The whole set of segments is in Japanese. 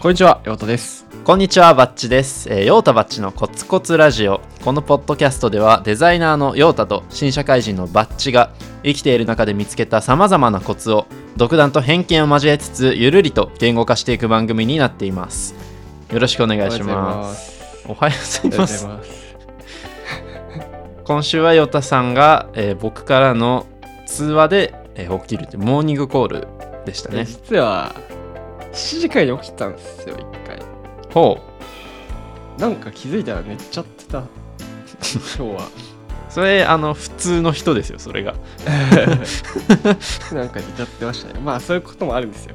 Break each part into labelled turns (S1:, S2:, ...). S1: こんにちは、ようとです。
S2: こんにちは、バッチです。えー、ヨータバッチのコツコツラジオ。このポッドキャストでは、デザイナーのヨータと新社会人のバッチが、生きている中で見つけた様々なコツを、独断と偏見を交えつつ、ゆるりと言語化していく番組になっています。よろしくお願いします。
S1: す。
S2: おはよう
S1: お
S2: ご
S1: はよ
S2: ざいう
S1: ご
S2: ま
S1: ざい
S2: す。
S1: ます。
S2: 今週はヨータさんが、えー僕からの通話で、えー起きるって、モーニングコールでしたね。
S1: 実は、7時間に起きたんですよ、一回。
S2: ほう。
S1: なんか気づいたら寝ちゃってた。今日は。
S2: それ、あの、普通の人ですよ、それが。
S1: なんか寝ちゃってましたね。まあ、そういうこともあるんですよ。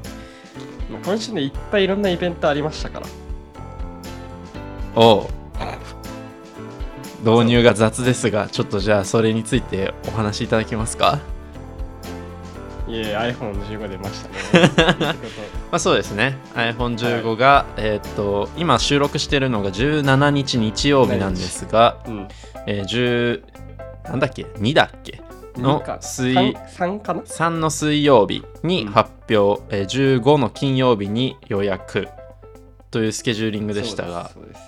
S1: もう今週ね、いっぱいいろんなイベントありましたから。
S2: おう導入が雑ですがちょっとじゃあそれについてお話しいただけますか
S1: いえ、iPhone15 出ました ね。
S2: まあそうですね iPhone15 が、えーっと今収録してるのが17日日曜日なんですが、
S1: うん。
S2: えー、10なんだっけ2だっけの
S1: 二か
S2: 水
S1: 3かな
S2: 3の水曜日に発表、えー15の金曜日に予約というスケジューリングでしたが
S1: そうですそうです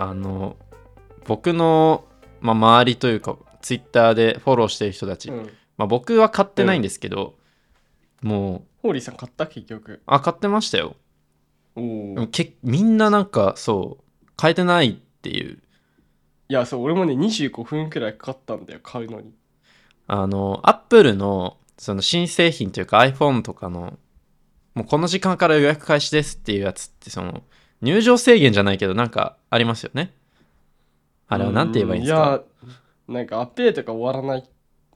S2: あの僕の、まあ、周りというかツイッターでフォローしてる人たち、
S1: うん
S2: まあ、僕は買ってないんですけど、もう
S1: ホーリーさん買った結局。
S2: あ買ってましたよ
S1: おお
S2: でもけみんななんかそう買えてないっていう
S1: いや、そう、俺もね、25分くらいかかったんだよ、買うのに。
S2: あのアップルのその新製品というか iPhone とかのもうこの時間から予約開始ですっていうやつってその入場制限じゃないけどなんかありますよねあれは何て言えばいいんですか
S1: うんいや、なんかアップデートが終わらない、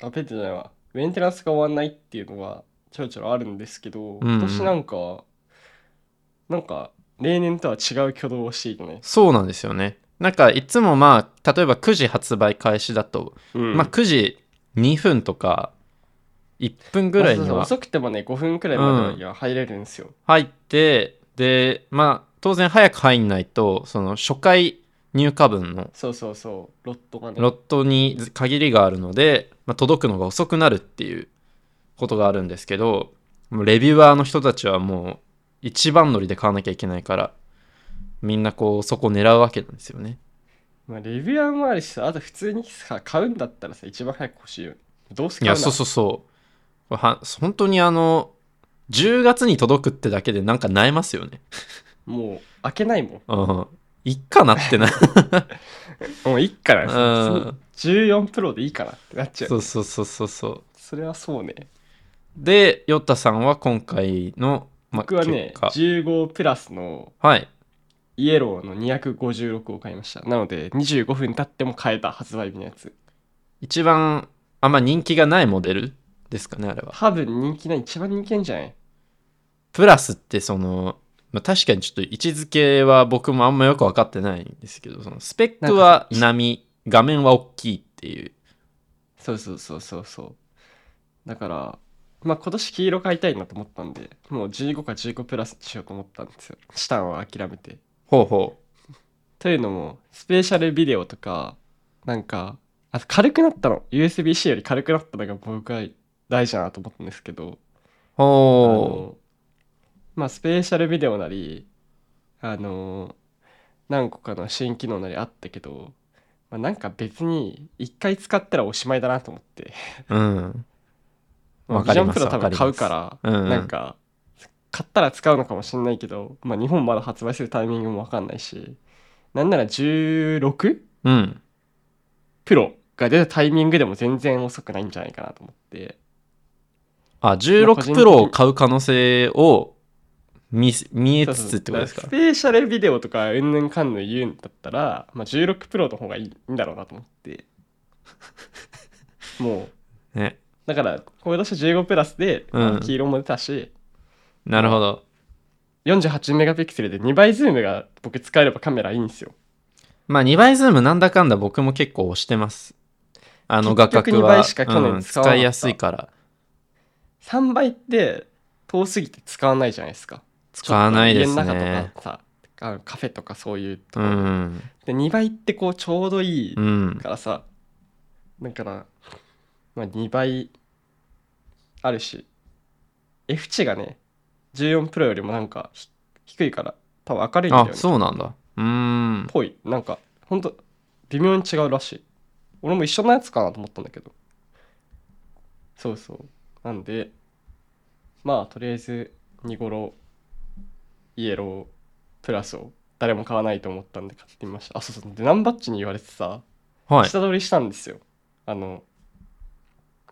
S1: アップデートじゃないわ、メンテナンスが終わらないっていうのはちょろちょろあるんですけど、
S2: うん
S1: 今年なんか、なんか、例年とは違う挙動をしていてね。
S2: そうなんですよねなんかいつもまあ例えば9時発売開始だと、まあ9時2分とか1分ぐらいに
S1: そうそう
S2: は
S1: 遅くてもね、5分くらいまでには入れるんですよ。
S2: 入ってでまあ当然早く入んないとその初回入荷分の
S1: そうそうそう、ロットがね。
S2: ロットに限りがあるので、まあ、届くのが遅くなるっていうことがあるんですけどもうレビュアーの人たちはもう一番乗りで買わなきゃいけないからみんなこうそこ狙うわけなんですよね
S1: まあ、レビュアーもあるしさ、あと普通にさ、買うんだったらさ、一番早く欲しいよ。どうす
S2: い
S1: か
S2: やそうそうそうは本当にあの10月に届くってだけでなんか萎えますよね
S1: もう、開けないもん。
S2: うんいっか なってな
S1: もういいから
S2: う
S1: さ
S2: ん
S1: 14プロでいいからってなっちゃう
S2: そうそうそうそうそう
S1: それはそうね
S2: で、ヨッタさんは今回の、まあ
S1: 僕はね
S2: 結果
S1: 15プラスの
S2: はい。
S1: イエローの256を買いましたなので25分経っても買えた発売日のやつ
S2: 一番あんま人気がないモデルですかね、あれは。
S1: 多分人気ない一番人気なんじゃない
S2: プラスってその、まあ、確かにちょっと位置づけは僕もあんまよく分かってないんですけど、そのスペックは波、画面は大きいっていう。
S1: そうそうそうそうそうだからまあ今年黄色買いたいなと思ったんでもう15か15プラスにしようと思ったんですよチタンは諦めて
S2: ほうほ
S1: というのもスペシャルビデオとかなんかあと軽くなったの USB-C より軽くなったのが僕は大事だなと思ったんですけど
S2: う。ほ
S1: おまあスペシャルビデオなりあの何個かの新機能なりあったけど、まあ、なんか別に一回使ったらおしまいだなと思って
S2: う。うん。わ
S1: ビ
S2: か
S1: ジ
S2: り
S1: ョン
S2: ま
S1: プ
S2: す。
S1: ロ多
S2: わか
S1: 分
S2: り
S1: 買
S2: ま
S1: う
S2: す。
S1: か
S2: う
S1: ら
S2: んうん
S1: なんか買ったら使うのかもしれないけど、まあ、日本まだ発売するタイミングも分かんないしなんなら 16?
S2: うん。
S1: プロが出たタイミングでも全然遅くないんじゃないかなと思って
S2: あ、16プロを買う可能性を見せ見えつつってことですか
S1: そうそうだらスペシャルビデオとかうんぬんかんぬん言うんだったら、まあ、16プロの方がいいんだろうなと思ってもう
S2: ね。
S1: だから今年15プラスで、
S2: うん
S1: あの黄色も出たし
S2: なるほど。
S1: 48メガピクセルで2倍ズームが僕使えればカメラいいんですよ
S2: まあ2倍ズームなんだかんだ僕も結構押してます。あの画
S1: 結局2
S2: 角は
S1: 倍しか去年
S2: うん
S1: 使わなかった
S2: 使いやすいから
S1: 3倍って遠すぎて使わないじゃないですか
S2: 使わないです
S1: ちょっと家の中
S2: ね
S1: と。かさあのカフェとかそういうと
S2: う
S1: ころ、
S2: ん。
S1: で2倍ってこうちょうどいい
S2: うん。
S1: からさだから、まあ、2倍あるし F 値がね14プロよりもなんかひ低いから多分明るいんだよ
S2: あ
S1: ね
S2: そうなんだうーん
S1: ぽいなんかほんと微妙に違うらしい俺も一緒のやつかなと思ったんだけどそうそうなんでまあとりあえずニゴロイエロープラスを誰も買わないと思ったんで買ってみましたあそうそうでナンバッチに言われてさ
S2: はい
S1: 下取りしたんですよあの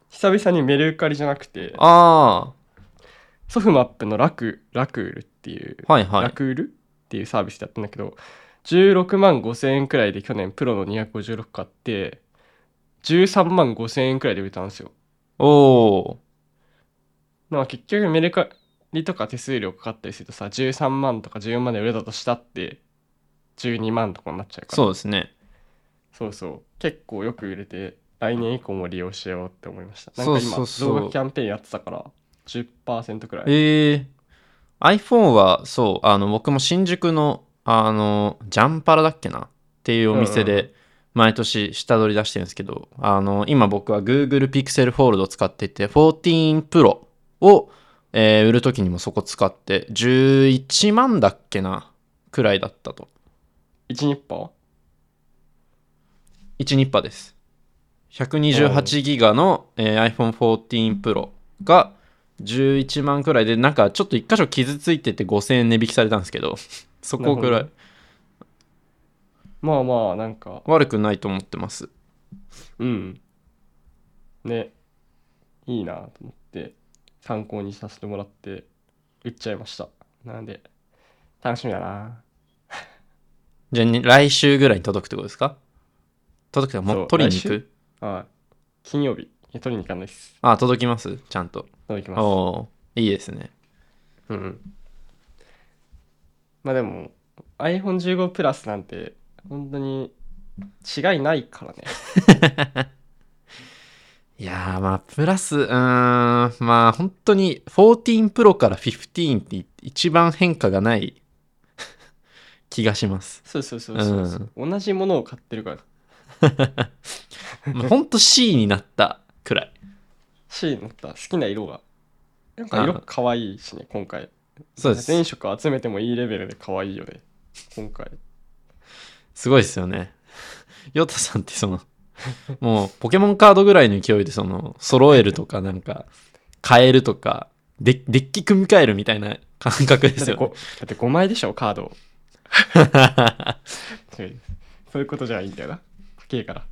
S1: 久々にメルカリじゃなくて
S2: あ
S1: ソフマップのラクラクールっていう
S2: あはいは
S1: ラ
S2: い
S1: クールっていうサービスだったんだけど16万5千円くらいで去年プロの256買って13万5千円くらいで売れたんですよ。
S2: おお
S1: まあ結局メルカリとか手数料かかったりするとさ13万とか14万で売れたとしたって12万とかになっちゃうから
S2: そうですね
S1: そうそう結構よく売れて来年以降も利用しようって思いました。なん
S2: そ
S1: か
S2: うそ
S1: 今
S2: うそう
S1: 増額キャンペーンやってたから10%くらい。
S2: えー、iPhone はそうあの僕も新宿のあのジャンパラだっけなっていうお店
S1: うんう
S2: で毎年下取り出してるんですけど、あの今僕は Google Pixel Fold を使っていて 14Pro を、えー売る時にもそこ使って11万だっけなくらいだったと
S1: 1ニッパー
S2: 1ニッパーです128ギガの、えー iPhone14 Pro が11万くらいでなんかちょっと1箇所傷ついてて5000円値引きされたんで すけどそこくら
S1: なる
S2: い
S1: ほまあまあなんか
S2: 悪くないと思ってます
S1: うん。ね、いいなと思って、参考にさせてもらって、売っちゃいました。なんで、楽しみだな。
S2: じゃあに来週ぐらいに届くってことですか届くってか
S1: そ
S2: もう
S1: う
S2: 取りに行
S1: 来
S2: く
S1: はい。金曜日、いや取りに行かないです。
S2: あ届きますちゃんと
S1: 取りに行きま
S2: おーいいですね
S1: す。うんうん。まあでも、iPhone15 プラスなんて、本当に違いないから ね。
S2: いやーまあプラスうーんまあ本当に14 Pro から15って一番変化がない 気がします
S1: そうそうそうそうそう、同じものを買ってるから。
S2: まあ、ほんと C になったくらい。
S1: C になった好きな色が。なんか色可愛いしね、今回。
S2: そうです。
S1: 全色集めてもいいレベルで可愛いよね今回
S2: すごいですよね。ヨタさんってその、もうポケモンカードぐらいの勢いでその、揃えるとかなんか、変えるとか、デデッキ組み替えるみたいな感覚で
S1: だっ
S2: す
S1: て
S2: よ
S1: ご
S2: ね。
S1: だって5枚でしょカードそうそういうことじゃいいんだよな高えから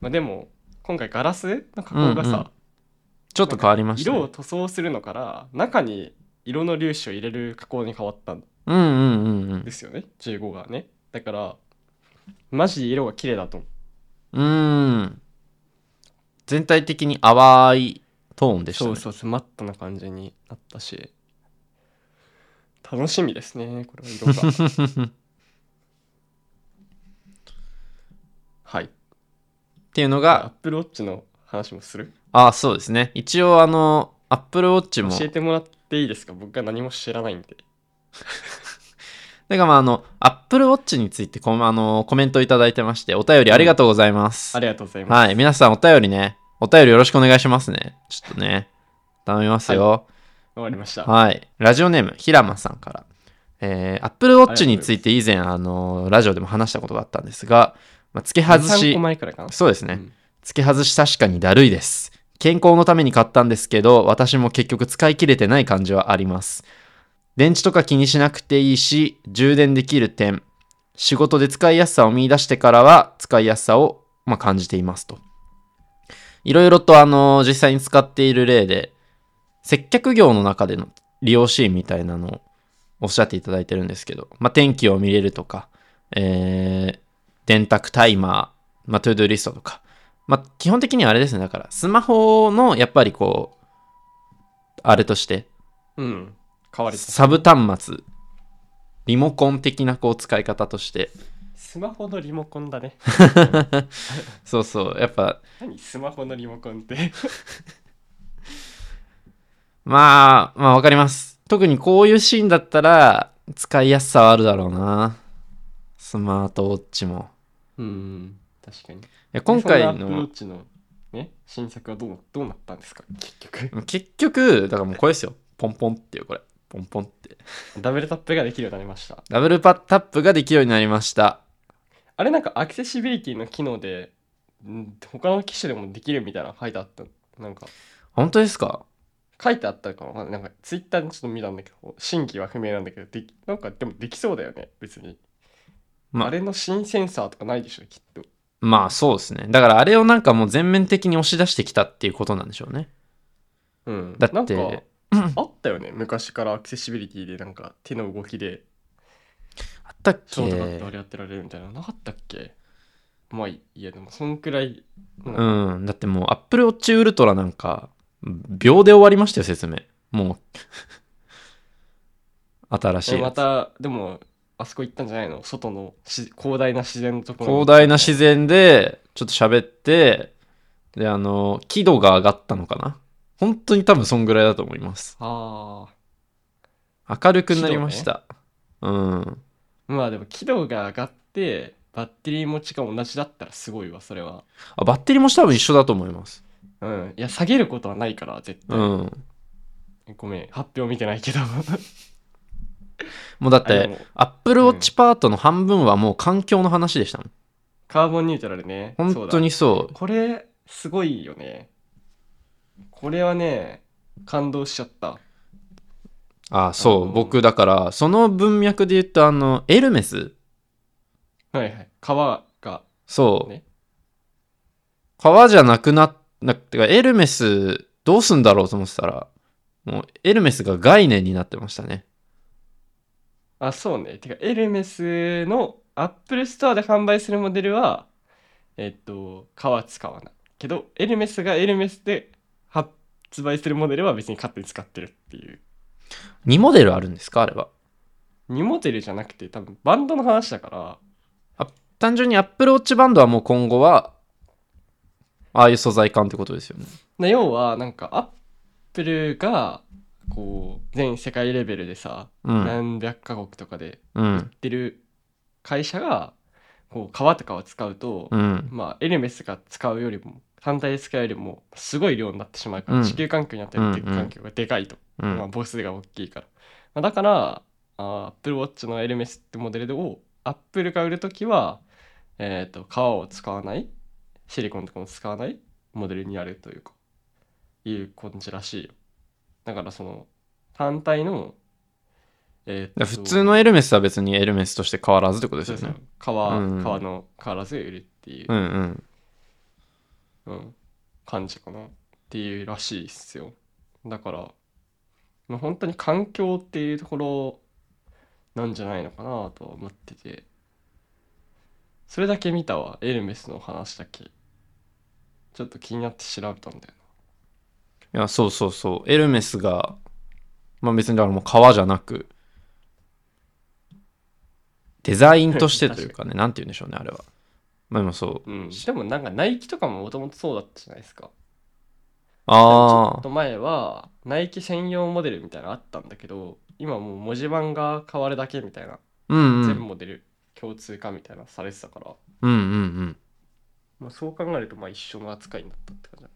S1: まあでも今回ガラスの加工がさ、
S2: うんうん ちょっと変わりました、
S1: 色を
S2: ね。
S1: 塗装するのから中に色の粒子を入れる加工に変わったん
S2: うんうんうんうん
S1: ですよね15がねだからマジで色が綺麗だと思う。
S2: うーん。全体的に淡いトーンでした
S1: そ
S2: ね。
S1: うそうそうマットな感じになったし楽しみですねこれは色が はい
S2: っていうの
S1: アッ
S2: が、
S1: プルウォッチの話もする
S2: ああ、そうですね。一応あの、Apple Watch
S1: 教
S2: も。
S1: えてもらっていいですか僕が何も知らないんで
S2: だからまあ、あの、Apple Watch についてコメあのコメントいただいてまして、お便りありがとうございます。
S1: ありがとうございます
S2: はい、皆さんお便りね、お便りよろしくお願いしますね。ちょっとね、頼みますよ。
S1: わかりました
S2: はい。ラジオネーム、ひらまさんから。えー、Apple Watch について以前、あの、ラジオでも話したことがあったんですが、まあ、付け外
S1: 3
S2: し
S1: 個、前くらいかな
S2: そうですね。
S1: うん
S2: 付け外し確かにだるいです。健康のために買ったんですけど、私も結局使い切れてない感じはあります。電池とか気にしなくていいし、充電できる点、仕事で使いやすさを見出してからは、使いやすさを、まあ、感じていますと。いろいろと、あの、実際に使っている例で、接客業の中での利用シーンみたいなのをおっしゃっていただいてるんですけど、まあ、天気を見れるとか、えー、電卓タイマー、まあ、トゥードゥーリストとか、まあ、基本的にはあれですね、だから、スマホの、やっぱりこう、あれとして、
S1: うん変わりた
S2: サブ端末、リモコン的なこう使い方として、
S1: スマホのリモコンだね
S2: そうそう、やっぱ、
S1: 何スマホのリモコンって
S2: まあ、まあわかります。特にこういうシーンだったら、使いやすさはあるだろうな。スマートウォッチも。
S1: うん確かに
S2: いや今回
S1: アップルウォッ
S2: の、
S1: チのね新作はどうどうなったんですか結局
S2: 結局、だからもうこれですよ。ポンポンっていうこれ。ポンポンって
S1: ダブルタップができるようになりました
S2: ダブルパタップができるようになりました
S1: あれなんかアクセシビリティの機能でん他の機種でもできるみたいなの書いてあったなんか
S2: 本当ですか
S1: 書いてあったかななんかツイッターにちょっと見たんだけど新規は不明なんだけどできなんかでもできそうだよね別に、
S2: まあ
S1: あれの新センサーとかないでしょきっと
S2: まあそうですねだからあれをなんかもう全面的に押し出してきたっていうことなんでしょうね
S1: うん
S2: だって
S1: なんかあったよね昔からアクセシビリティでなんか手の動きで
S2: あったっけ
S1: 超とかってあれやってられるみたいなのなかったっけまあいいやでもそんくらい、うん
S2: うん、だってもう Apple Watch Ultra なんか秒で終わりましたよ説明もう 新し
S1: え
S2: いや
S1: ま
S2: つ
S1: たでもあそこ行ったんじゃないの外のし広大な自然のところ
S2: 広大な自
S1: 然
S2: 然でちょっと喋ってであの輝度が上がったのかな本当に多分そんぐらいだと思います
S1: ああ
S2: 明るくなりました、うん
S1: まあでも軌道が上がってバッテリー持ちが同じだったらすごいわそれは
S2: あバッテリーも多分一緒だと思います
S1: うんいや下げることはないから絶
S2: う
S1: 対、
S2: ん
S1: ごめん発表見てないけど
S2: もうだっ
S1: あで
S2: て
S1: も
S2: Apple Watch パートの半分はもう環境の話でしたもん
S1: カーボンニュートラルね
S2: 本当にそう
S1: そうだこれすごいよねこれはね感動しちゃった
S2: あそう、
S1: あの
S2: 僕だからその文脈で言うとあのエルメス
S1: はいはい革が
S2: そう、
S1: ね
S2: 革じゃなくなったてかエルメスどうすんだろうと思ってたらもうエルメスが概念になってましたね
S1: あそうねてかエルメスのアップルストアで販売するモデルはえっと革使わないけどエルメスがエルメスで発売するモデルは別に勝手に使ってるっていう
S2: 2モデルあるんですかあれは
S1: 2モデルじゃなくて多分バンドの話だから
S2: 単純にアップルウォッチバンドはもう今後はああいう素材感ってことですよね
S1: な要はなんかアップルがこう全世界レベルでさ、
S2: うん
S1: 何百カ国とかで
S2: うん
S1: 売ってる会社がこう革とかを使うと、
S2: うん
S1: まあエルメスが使うよりも単体で使うよりもすごい量になってしまうから、
S2: うん
S1: 地球環境にあたるっていう
S2: うんうん
S1: 環境がでかいと、
S2: う
S1: まあ、
S2: ん
S1: 母数が大きいから、まあ、だからアップルウォッチのエルメスってモデルをアップルが売るときは、えー、と革を使わないシリコンとかも使わないモデルになるというかいう感じらしいよだからその単体の、えーと
S2: 普通のエルメスは別にエルメスとして変わらずってことです
S1: そう
S2: よ
S1: そ
S2: ね
S1: う革,、
S2: うん
S1: 革の変わらず売るっていう
S2: うんうん
S1: うん、感じかなっていうらしいっすよだからまあ本当に環境っていうところなんじゃないのかなとは思っててそれだけ見たわエルメスの話だけちょっと気になって調べたんだよ
S2: いや、そうそうそう。エルメスが、まあ別にだからもう革じゃなく、デザインとしてという かね、なんて言うんでしょうね、あれは。まあでもそう。
S1: な、うん、でもなんかナイキとかももともとそうだったじゃないですかちょ
S2: あ
S1: っと前はナイキ専用モデルみたいなのあったんだけど今もう文字盤が変わるだけみたいな、
S2: あ、うんうん。う
S1: 全
S2: ん
S1: モデル共通化みたいなのされてたから
S2: うんうん。
S1: まあ、そう考えるとまあ一緒の扱いになったって感じだ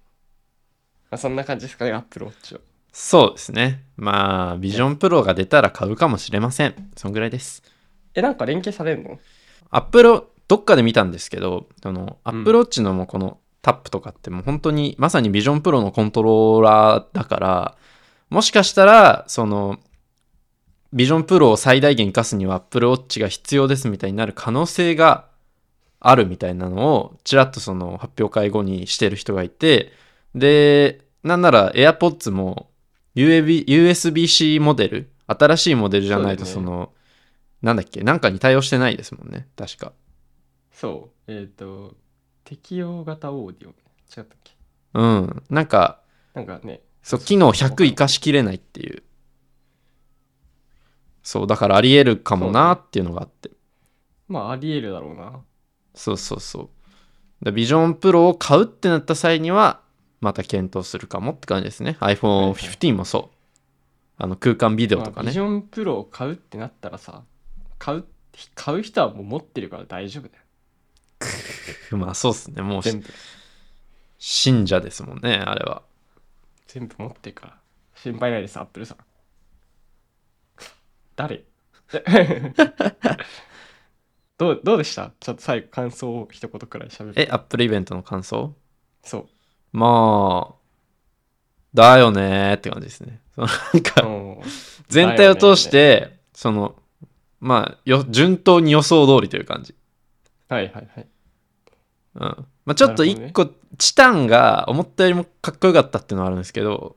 S1: まあ、そんな感じですかねアップルウォッチを
S2: そうですね。まあ、ビジョンプロが出たら買うかもしれません。そんぐらいです。
S1: えなんか連携されるの
S2: アップル、どっかで見たんですけど、その、アップルウォッチのもうこのタップとかってもう本当に、まさにビジョンプロのコントローラーだから、もしかしたら、その、ビジョンプロを最大限活かすにはアップルウォッチが必要ですみたいになる可能性があるみたいなのを、ちらっとその発表会後にしてる人がいて、で、なんなら AirPods も USB USB-C モデル、新しいモデルじゃないと
S1: そ
S2: そう
S1: だよね
S2: の、なんだっけ、なんかに対応してないですもんね、確か。
S1: そうえっ、と適用型オーディオ違ったっけ
S2: うん。なんか、
S1: なんかね
S2: そう、機能100活かしきれないっていう。そう、だからあり得るかもなっていうのがあって。
S1: まあありえるだろうな
S2: そうそうそう。だビジョンプロを買うってなった際には、また検討するかもって感じですね。
S1: はいはい
S2: iPhone15 もそう。あの空間ビデオと
S1: ま
S2: か
S1: あビ
S2: ね
S1: ジ。ョンプロを買うってなったらさ買う買う人はもう持ってるから大丈夫だよ
S2: まあそうっすね。もう
S1: 全部
S2: 信者ですもんね、あれは。
S1: 全部持ってるから心配ないですアップルさん誰 どうどうでしたちょっと最後感想を一言くらいしゃべる
S2: え、アップルイベントの感想
S1: そう
S2: まあ、だよねーって感じですね。そのなんか、
S1: うん
S2: 全体を通して、その、まあよ、順当に予想通りという感じ。
S1: はいはいはい
S2: うん。まあ、ちょっと
S1: なるほどね
S2: 一個、チタンが思ったよりもかっこよかったっていうのはあるんですけど、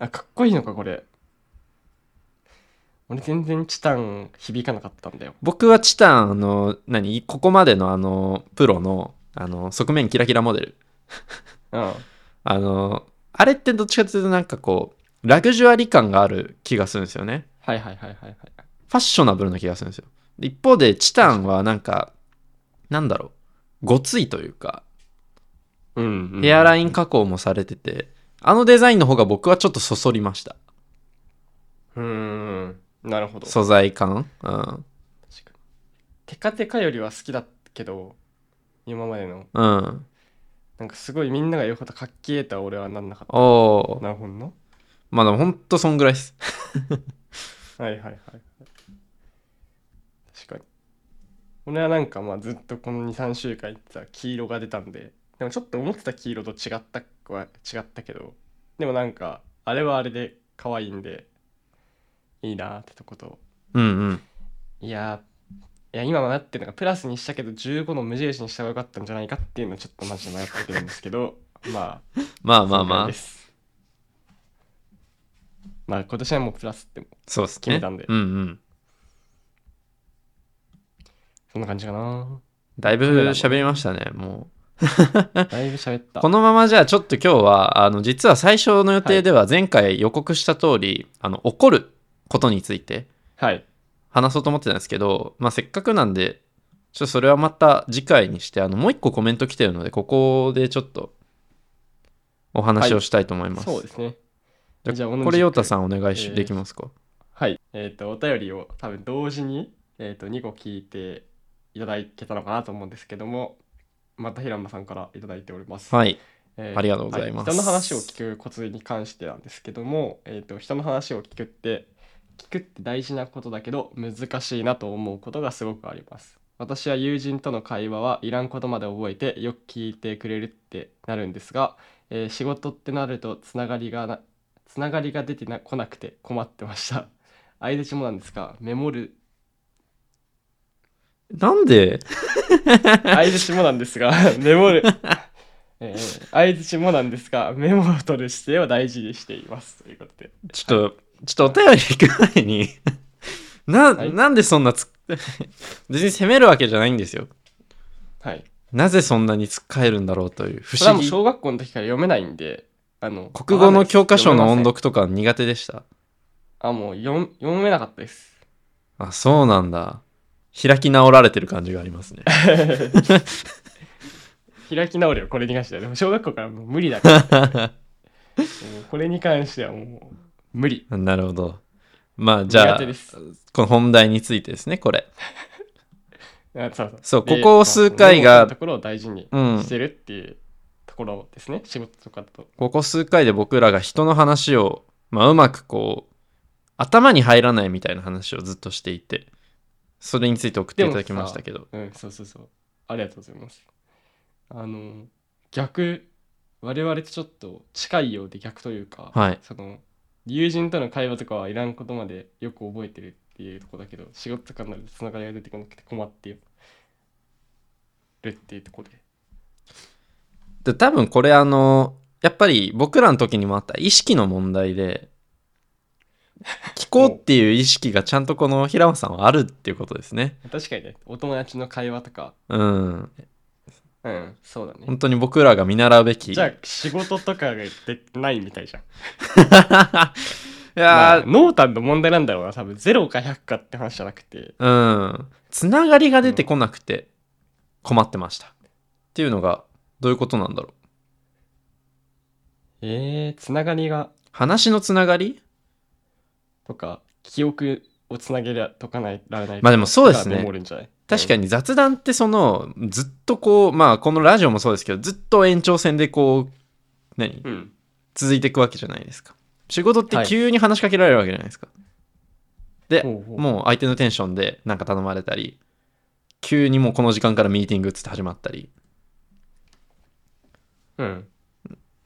S1: あかっこいいのかこれ俺全然チタン響かなかったんだよ
S2: 僕はチタン、あの、何ここまでのあの、プロの、あの、側面キラキラモデル。
S1: うん
S2: あの、あれってどっちかというとなんかこう、ラグジュアリ感がある気がするんですよね。
S1: はいはいはいはいはい。
S2: ファッショナブルな気がするんですよ。で一方で、チタンはなんか、なんだろう、ごついというか、
S1: うん、
S2: ヘアラ
S1: イン。
S2: イン加工もされてて、あのデザインの方が僕はちょっとそそりました。
S1: うーん。なるほど。
S2: 素材感。うん。
S1: 確かにテカテカよりは好きだけど、今までの、
S2: うん。
S1: なんかすごいみんなが言うほどかっけえとは俺はなんなかっ
S2: お
S1: た。
S2: お。
S1: なるほどな。
S2: まあでもほんとそんぐらいです。
S1: はいはいはいはい。確かに。俺はなんかまあずっとこの2、3週間言ってた黄色が出たんで、でもちょっと思ってた黄色と違ったは違ったけど、でもなんか、あれはあれで可愛いんで、いいなーってとこと、
S2: うんうん。
S1: いやーいや今迷ってるのがプラスにしたけど15の無印にした方が良かったんじゃないかっていうのをちょっとマジで迷ってるんですけ どまあ
S2: まあまあ
S1: 正解
S2: まあ
S1: で。すまあ今年はもうプラスって
S2: そうですね。
S1: 決めたんで
S2: うんうん。
S1: そんな感じかな
S2: だいぶ喋りましたね、もう。
S1: だいぶ喋った
S2: このままじゃあちょっと今日は、あの、実は最初の予定では前回予告した通り、あの、怒ることについて
S1: はい
S2: 話そうと思ってたんですけど、まあ、せっかくなんで、ちょっとそれはまた次回にして、あの、もう一個コメント来てるので、ここでちょっとお話をしたいと思います。
S1: そうですね
S2: じゃあ
S1: じゃあ同じく
S2: これ、ヨタさんお願いし、
S1: えー
S2: できますか
S1: はいえっ、とお便りを多分同時に、えー、と2個聞いていただけたのかなと思うんですけどもまた平間さんからいただいております
S2: はい。
S1: え
S2: ありがとうございます
S1: は人の話を聞くコツに関してなんですけども、えー、と人の話を聞くって聞くって大事なことだけど難しいなと思うことがすごくあります。私は友人との会話はいらんことまで覚えてよく聞いてくれるってなるんですが、えー仕事ってなるとつながりがなつながりが出てな来なくて困ってました。相槌もなんですがメモる
S2: なんで
S1: 相槌もなんですが メモる、えー、相槌もなんですがメモを取る姿勢を大事にしていますということで
S2: ちょっと、ちょっとお便り行く前に な、
S1: はい
S2: なんでそんなつ、 別に責めるわけじゃないんですよ。
S1: はい
S2: なぜそんなにつっかえるんだろうという不
S1: それは
S2: 思
S1: もう
S2: 議。
S1: 小学校の時から読めないんであの
S2: 国語の教科書の
S1: わかん
S2: 音
S1: ないです
S2: 読とか苦手でした。
S1: 読めませんあもう読ん読めなかったです
S2: あ、そうなんだ。開き直られてる感じがありますね。
S1: 開き直れよこれに関してはでも小学校からもう無理だからもうこれに関してはもう無理
S2: なるほど。まあ、じゃ
S1: 苦
S2: あ
S1: 手で、す
S2: この本題についてですね、これ。
S1: あそうそう
S2: そう
S1: で
S2: ここ数回が
S1: まあメモを取るところを大事に
S2: うん
S1: してるっていうところですね、仕事とかだと
S2: ここ数回で僕らが人の話を、まあ、うまくこう、頭に入らないみたいな話をずっとしていて、それについて送っていただきましたけど。
S1: うん、そうそうそう。ありがとうございます。あの、逆、我々とちょっと近いようで逆というか、
S2: はい
S1: その、友人との会話とかはいらんことまでよく覚えてるっていうところだけど、仕事とかになるとつながりが出てこなくて困ってるっていうところで。
S2: で、多分これあの、やっぱり僕らの時にもあった意識の問題で、聞こうっていう意識がちゃんとこの平間さんはあるっていうことですね。
S1: 確かにね、お友達の会話とか、
S2: うん。
S1: うん、そうだね
S2: 本。当に僕らが見習うべき。
S1: じゃあ、仕事とかがでないみたいじゃん。
S2: い
S1: ま
S2: や
S1: あ、濃淡の問題なんだろうな、多分0か100かって話じゃなくて、
S2: ー、うん。つながりが出てこなくて困ってました。っていうのが、どういうことなんだろう。
S1: えー、つながりが
S2: 話のつながり
S1: とか記憶をつなげらとかないられない
S2: まあでもそうですね
S1: メモるんじゃない
S2: 確か
S1: に、
S2: に雑談ってその、ずっとこう、まあこのラジオもそうですけど、ずっと延長線でこう、何
S1: うん、
S2: 続いていくわけじゃないですか。仕事って
S1: はい
S2: 急に話しかけられるわけじゃないですか。で
S1: ほうほう
S2: もう相手のテンションでなんか頼まれたり急にもうこの時間からミーティングっつって始まったり
S1: うん。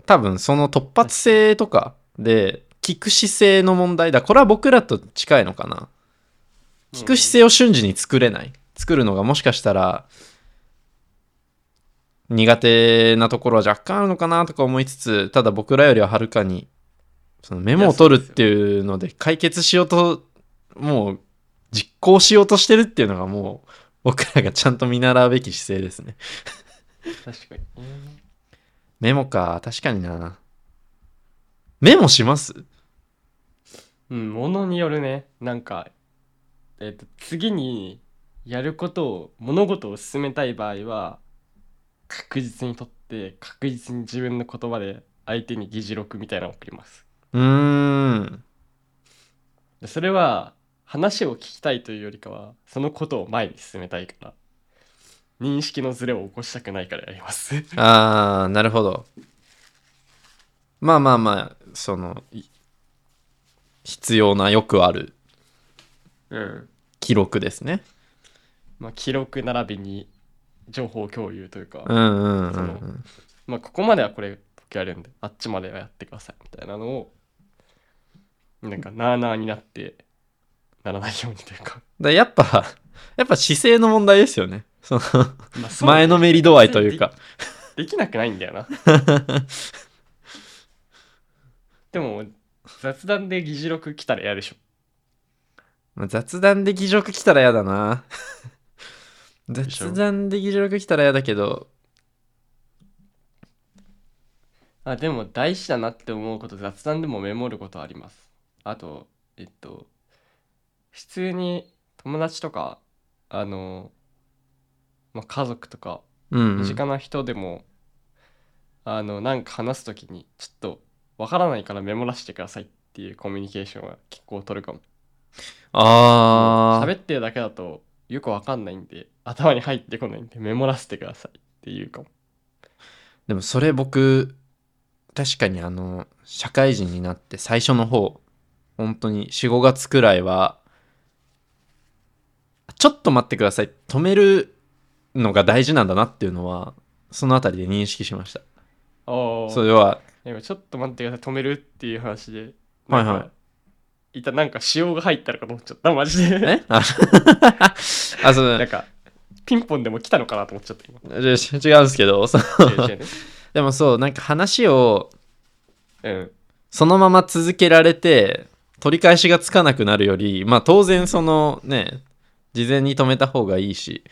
S2: 多分その突発性とかで聞く姿勢の問題だこれは僕らと近いのかな聞く姿勢を瞬時に作れない作るのがもしかしたら苦手なところは若干あるのかなとか思いつつただ僕らよりははるかにそのメモを取るっていうので解決しようともう実行しようとしてるっていうのがもう僕らがちゃんと見習うべき姿勢ですね
S1: 確かに。
S2: メモか確かになメモします
S1: うん、ものによるね。なんか、えっと、次にやることを、物事を進めたい場合は、確実に取って、確実に自分の言葉で相手に議事録みたいなのを送ります。
S2: うーん
S1: でそれは、話を聞きたいというよりかは、そのことを前に進めたいから、認識のズレを起こしたくないからやります。
S2: ああなるほどまあまあまあそのい必要なよくある
S1: うん。
S2: 記録ですね
S1: まあ、記録並びに情報共有というか、
S2: うんうんう
S1: そ
S2: んう
S1: の
S2: ん
S1: まあ、ここまではこれ解けられるんであっちまではやってくださいみたいなのをなんかなあなあになってならないようにというか、
S2: だやっぱ やっぱ姿勢の問題ですよねその
S1: まあそう
S2: 前のめり度合いというか
S1: できなくないんだよ なでも雑談で議事録来たら嫌でしょ
S2: まあ雑談で議事録来たら嫌だな
S1: しょ
S2: 雑談で議事録来たら嫌だけど
S1: あでも大事だなって思うこと雑談でもメモることありますあとえっと普通に友達とかあの、まあ、家族とか
S2: うん、う
S1: 身
S2: ん、
S1: 近な人でも、あのなんか話す時にちょっとわからないからメモらしてくださいっていうコミュニケーションは結構取るかも
S2: ああ
S1: 喋ってるだけだとよくわかんないんで頭に入ってこないんでメモらせてくださいっていうかも
S2: でもそれ僕確かにあの社会人になって最初の方本当に45月くらいはちょっと待ってください止めるのが大事なんだなっていうのはそのあたりで認識しました
S1: ああ
S2: それは
S1: なんかちょっと待ってください止めるっていう話で
S2: は
S1: ないんか
S2: はい
S1: いたなんか塩が入ったのかと思っちゃったマジで
S2: え ああそ
S1: な
S2: うん
S1: かピンポンでも来たのかなと思っちゃ った今
S2: 違う違うんですけどその
S1: 違う違うね
S2: でもそうなんか話を
S1: うん
S2: そのまま続けられて取り返しがつかなくなるよりまあ当然そのね事前に止めた方がいいし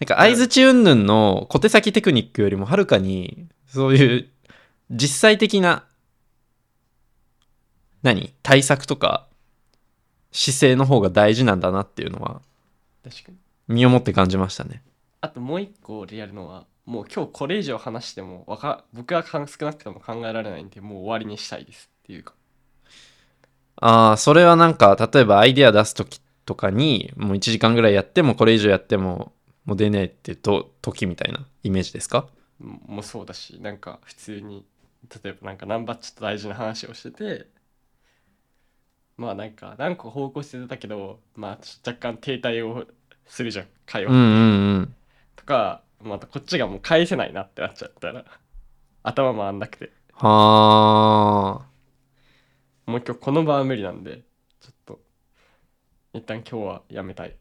S2: なんか相づち云々の小手先テクニックよりもはるかにそういう実際的な何対策とか姿勢の方が大事なんだなっていうのは
S1: 確かに
S2: 身をもって感じましたね
S1: あともう一個リアルのはもう今日これ以上話してもわか僕はかん少なくとも考えられないんでもう終わりにしたいですっていうか
S2: ああそれはなんか例えばアイデア出す時とかにもう1時間ぐらいやってもこれ以上やってももう出ねえってと時みたいなイメージですか
S1: ももうそうだしなんか普通に例えばなんか何バッチと大事な話をしててまあなんか何個方向性出たけどまあちょ若干停滞をするじゃん会
S2: うんう
S1: 話
S2: んうん
S1: とか、またこっちがもう返せないなってなっちゃったら頭回んなくて
S2: はあ
S1: もう今日この場は無理なんで、ちょっと、一旦今日はやめたい。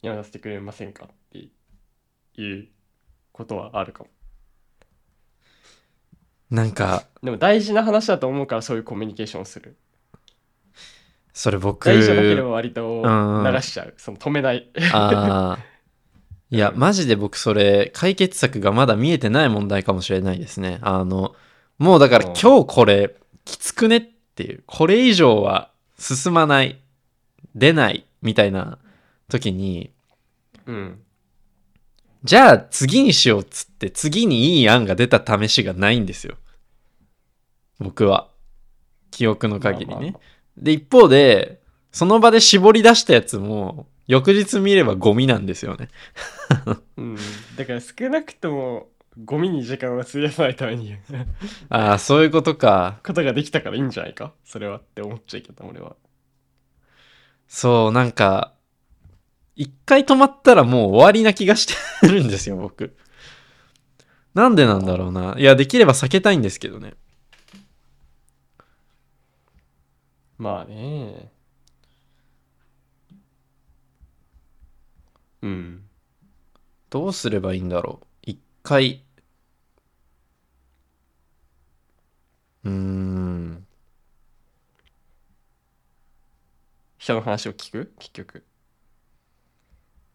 S1: やめさせてくれませんかっていうことはあるかも。
S2: なんか
S1: でも大事な話だと思うからそういうコミュニケーションをする。
S2: それ僕
S1: 大事じゃなければ割と
S2: うんうん
S1: 流しちゃう。その止めない。
S2: ああいや
S1: うん
S2: マジで僕それ解決策がまだ見えてない問題かもしれないですねあのもうだから
S1: うん
S2: 今日これきつくねっていうこれ以上は進まない出ないみたいな時に
S1: うん。
S2: じゃあ次にしようっつって次にいい案が出た試しがないんですよ。僕は。記憶の限りね。
S1: まあまあま
S2: で、一方で、その場で絞り出したやつも、翌日見ればゴミなんですよね。
S1: うん。だから少なくとも、ゴミに時間を費やさないために
S2: ああ、そういうことか。
S1: ことができたからいいんじゃないかそれはって思っちゃいけた俺は。
S2: そう、なんか、一回止まったらもう終わりな気がしてるんですよ、僕。なんでなんだろうな。いや、できれば避けたいんですけどね。
S1: まあね。うん。
S2: どうすればいいんだろう。一回。うーん。
S1: 人の話を聞く結局。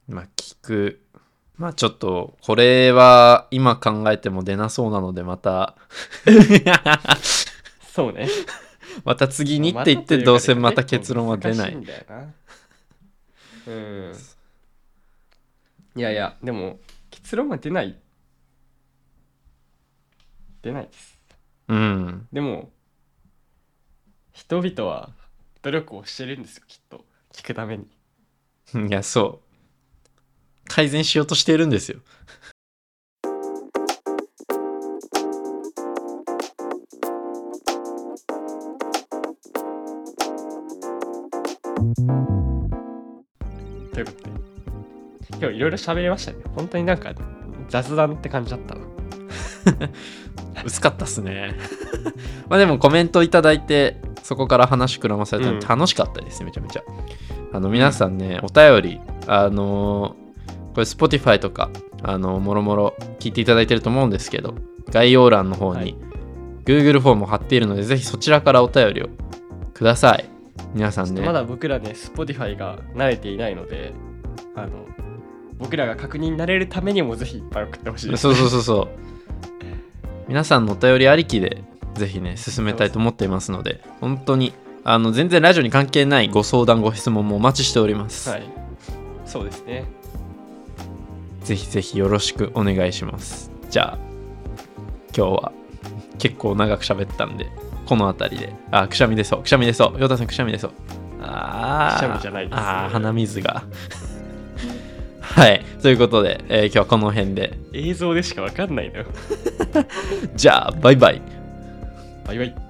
S2: まあ、聞く。まあ、ちょっと、これは今考えても出なそうなので、また。
S1: そうね。
S2: また次にっ
S1: また
S2: て言って、
S1: というか
S2: どうせ
S1: ね
S2: また
S1: 結構
S2: 結論は出な
S1: 難しい
S2: い。
S1: んだよなうん。いやいや、でも、結論は出ない。出ないです。
S2: うん。
S1: でも、人々は努力をしてるんですよ、きっと。聞くために。
S2: いや、そう。改善しようとしてるんですよ。
S1: ということで、今日いろいろ喋りましたね。本当になんか雑談って感じだったの。
S2: 薄かったっすね。 まあでもコメントいただいて、そこから話膨らまされたので
S1: うん
S2: 楽しかったです、めちゃめちゃ。あの、皆さんね、お便り、あのーこれ Spotify とか、あのーもろもろ聞いていただいてると思うんですけど、概要欄の方に、
S1: はい
S2: Google フォームを貼っているので、ぜひそちらからお便りをください。皆さんね。
S1: まだ僕らね、Spotify が慣れていないので、あの、僕らが確認になれるためにもぜひいっぱい送ってほしいです。
S2: そうそうそうそう。皆さんのお便りありきで、ぜひね、進めたいと思っていますので、本当に、あの、全然ラジオに関係ないご相談、ご質問もお待ちしております。
S1: はい。そうですね。
S2: ぜひぜひよろしくお願いします。じゃあ、今日は結構長く喋ったんで、この辺りで。あ、くしゃみ出そう、くしゃみ出そう。ヨタさん、くしゃみ出そう。あー
S1: くしゃみじゃないです
S2: あー鼻水が。 はい。ということで、えー今日はこの辺で。
S1: 映像でしかわかんないのよ。
S2: じゃあ、バイバイ。
S1: バイバイ。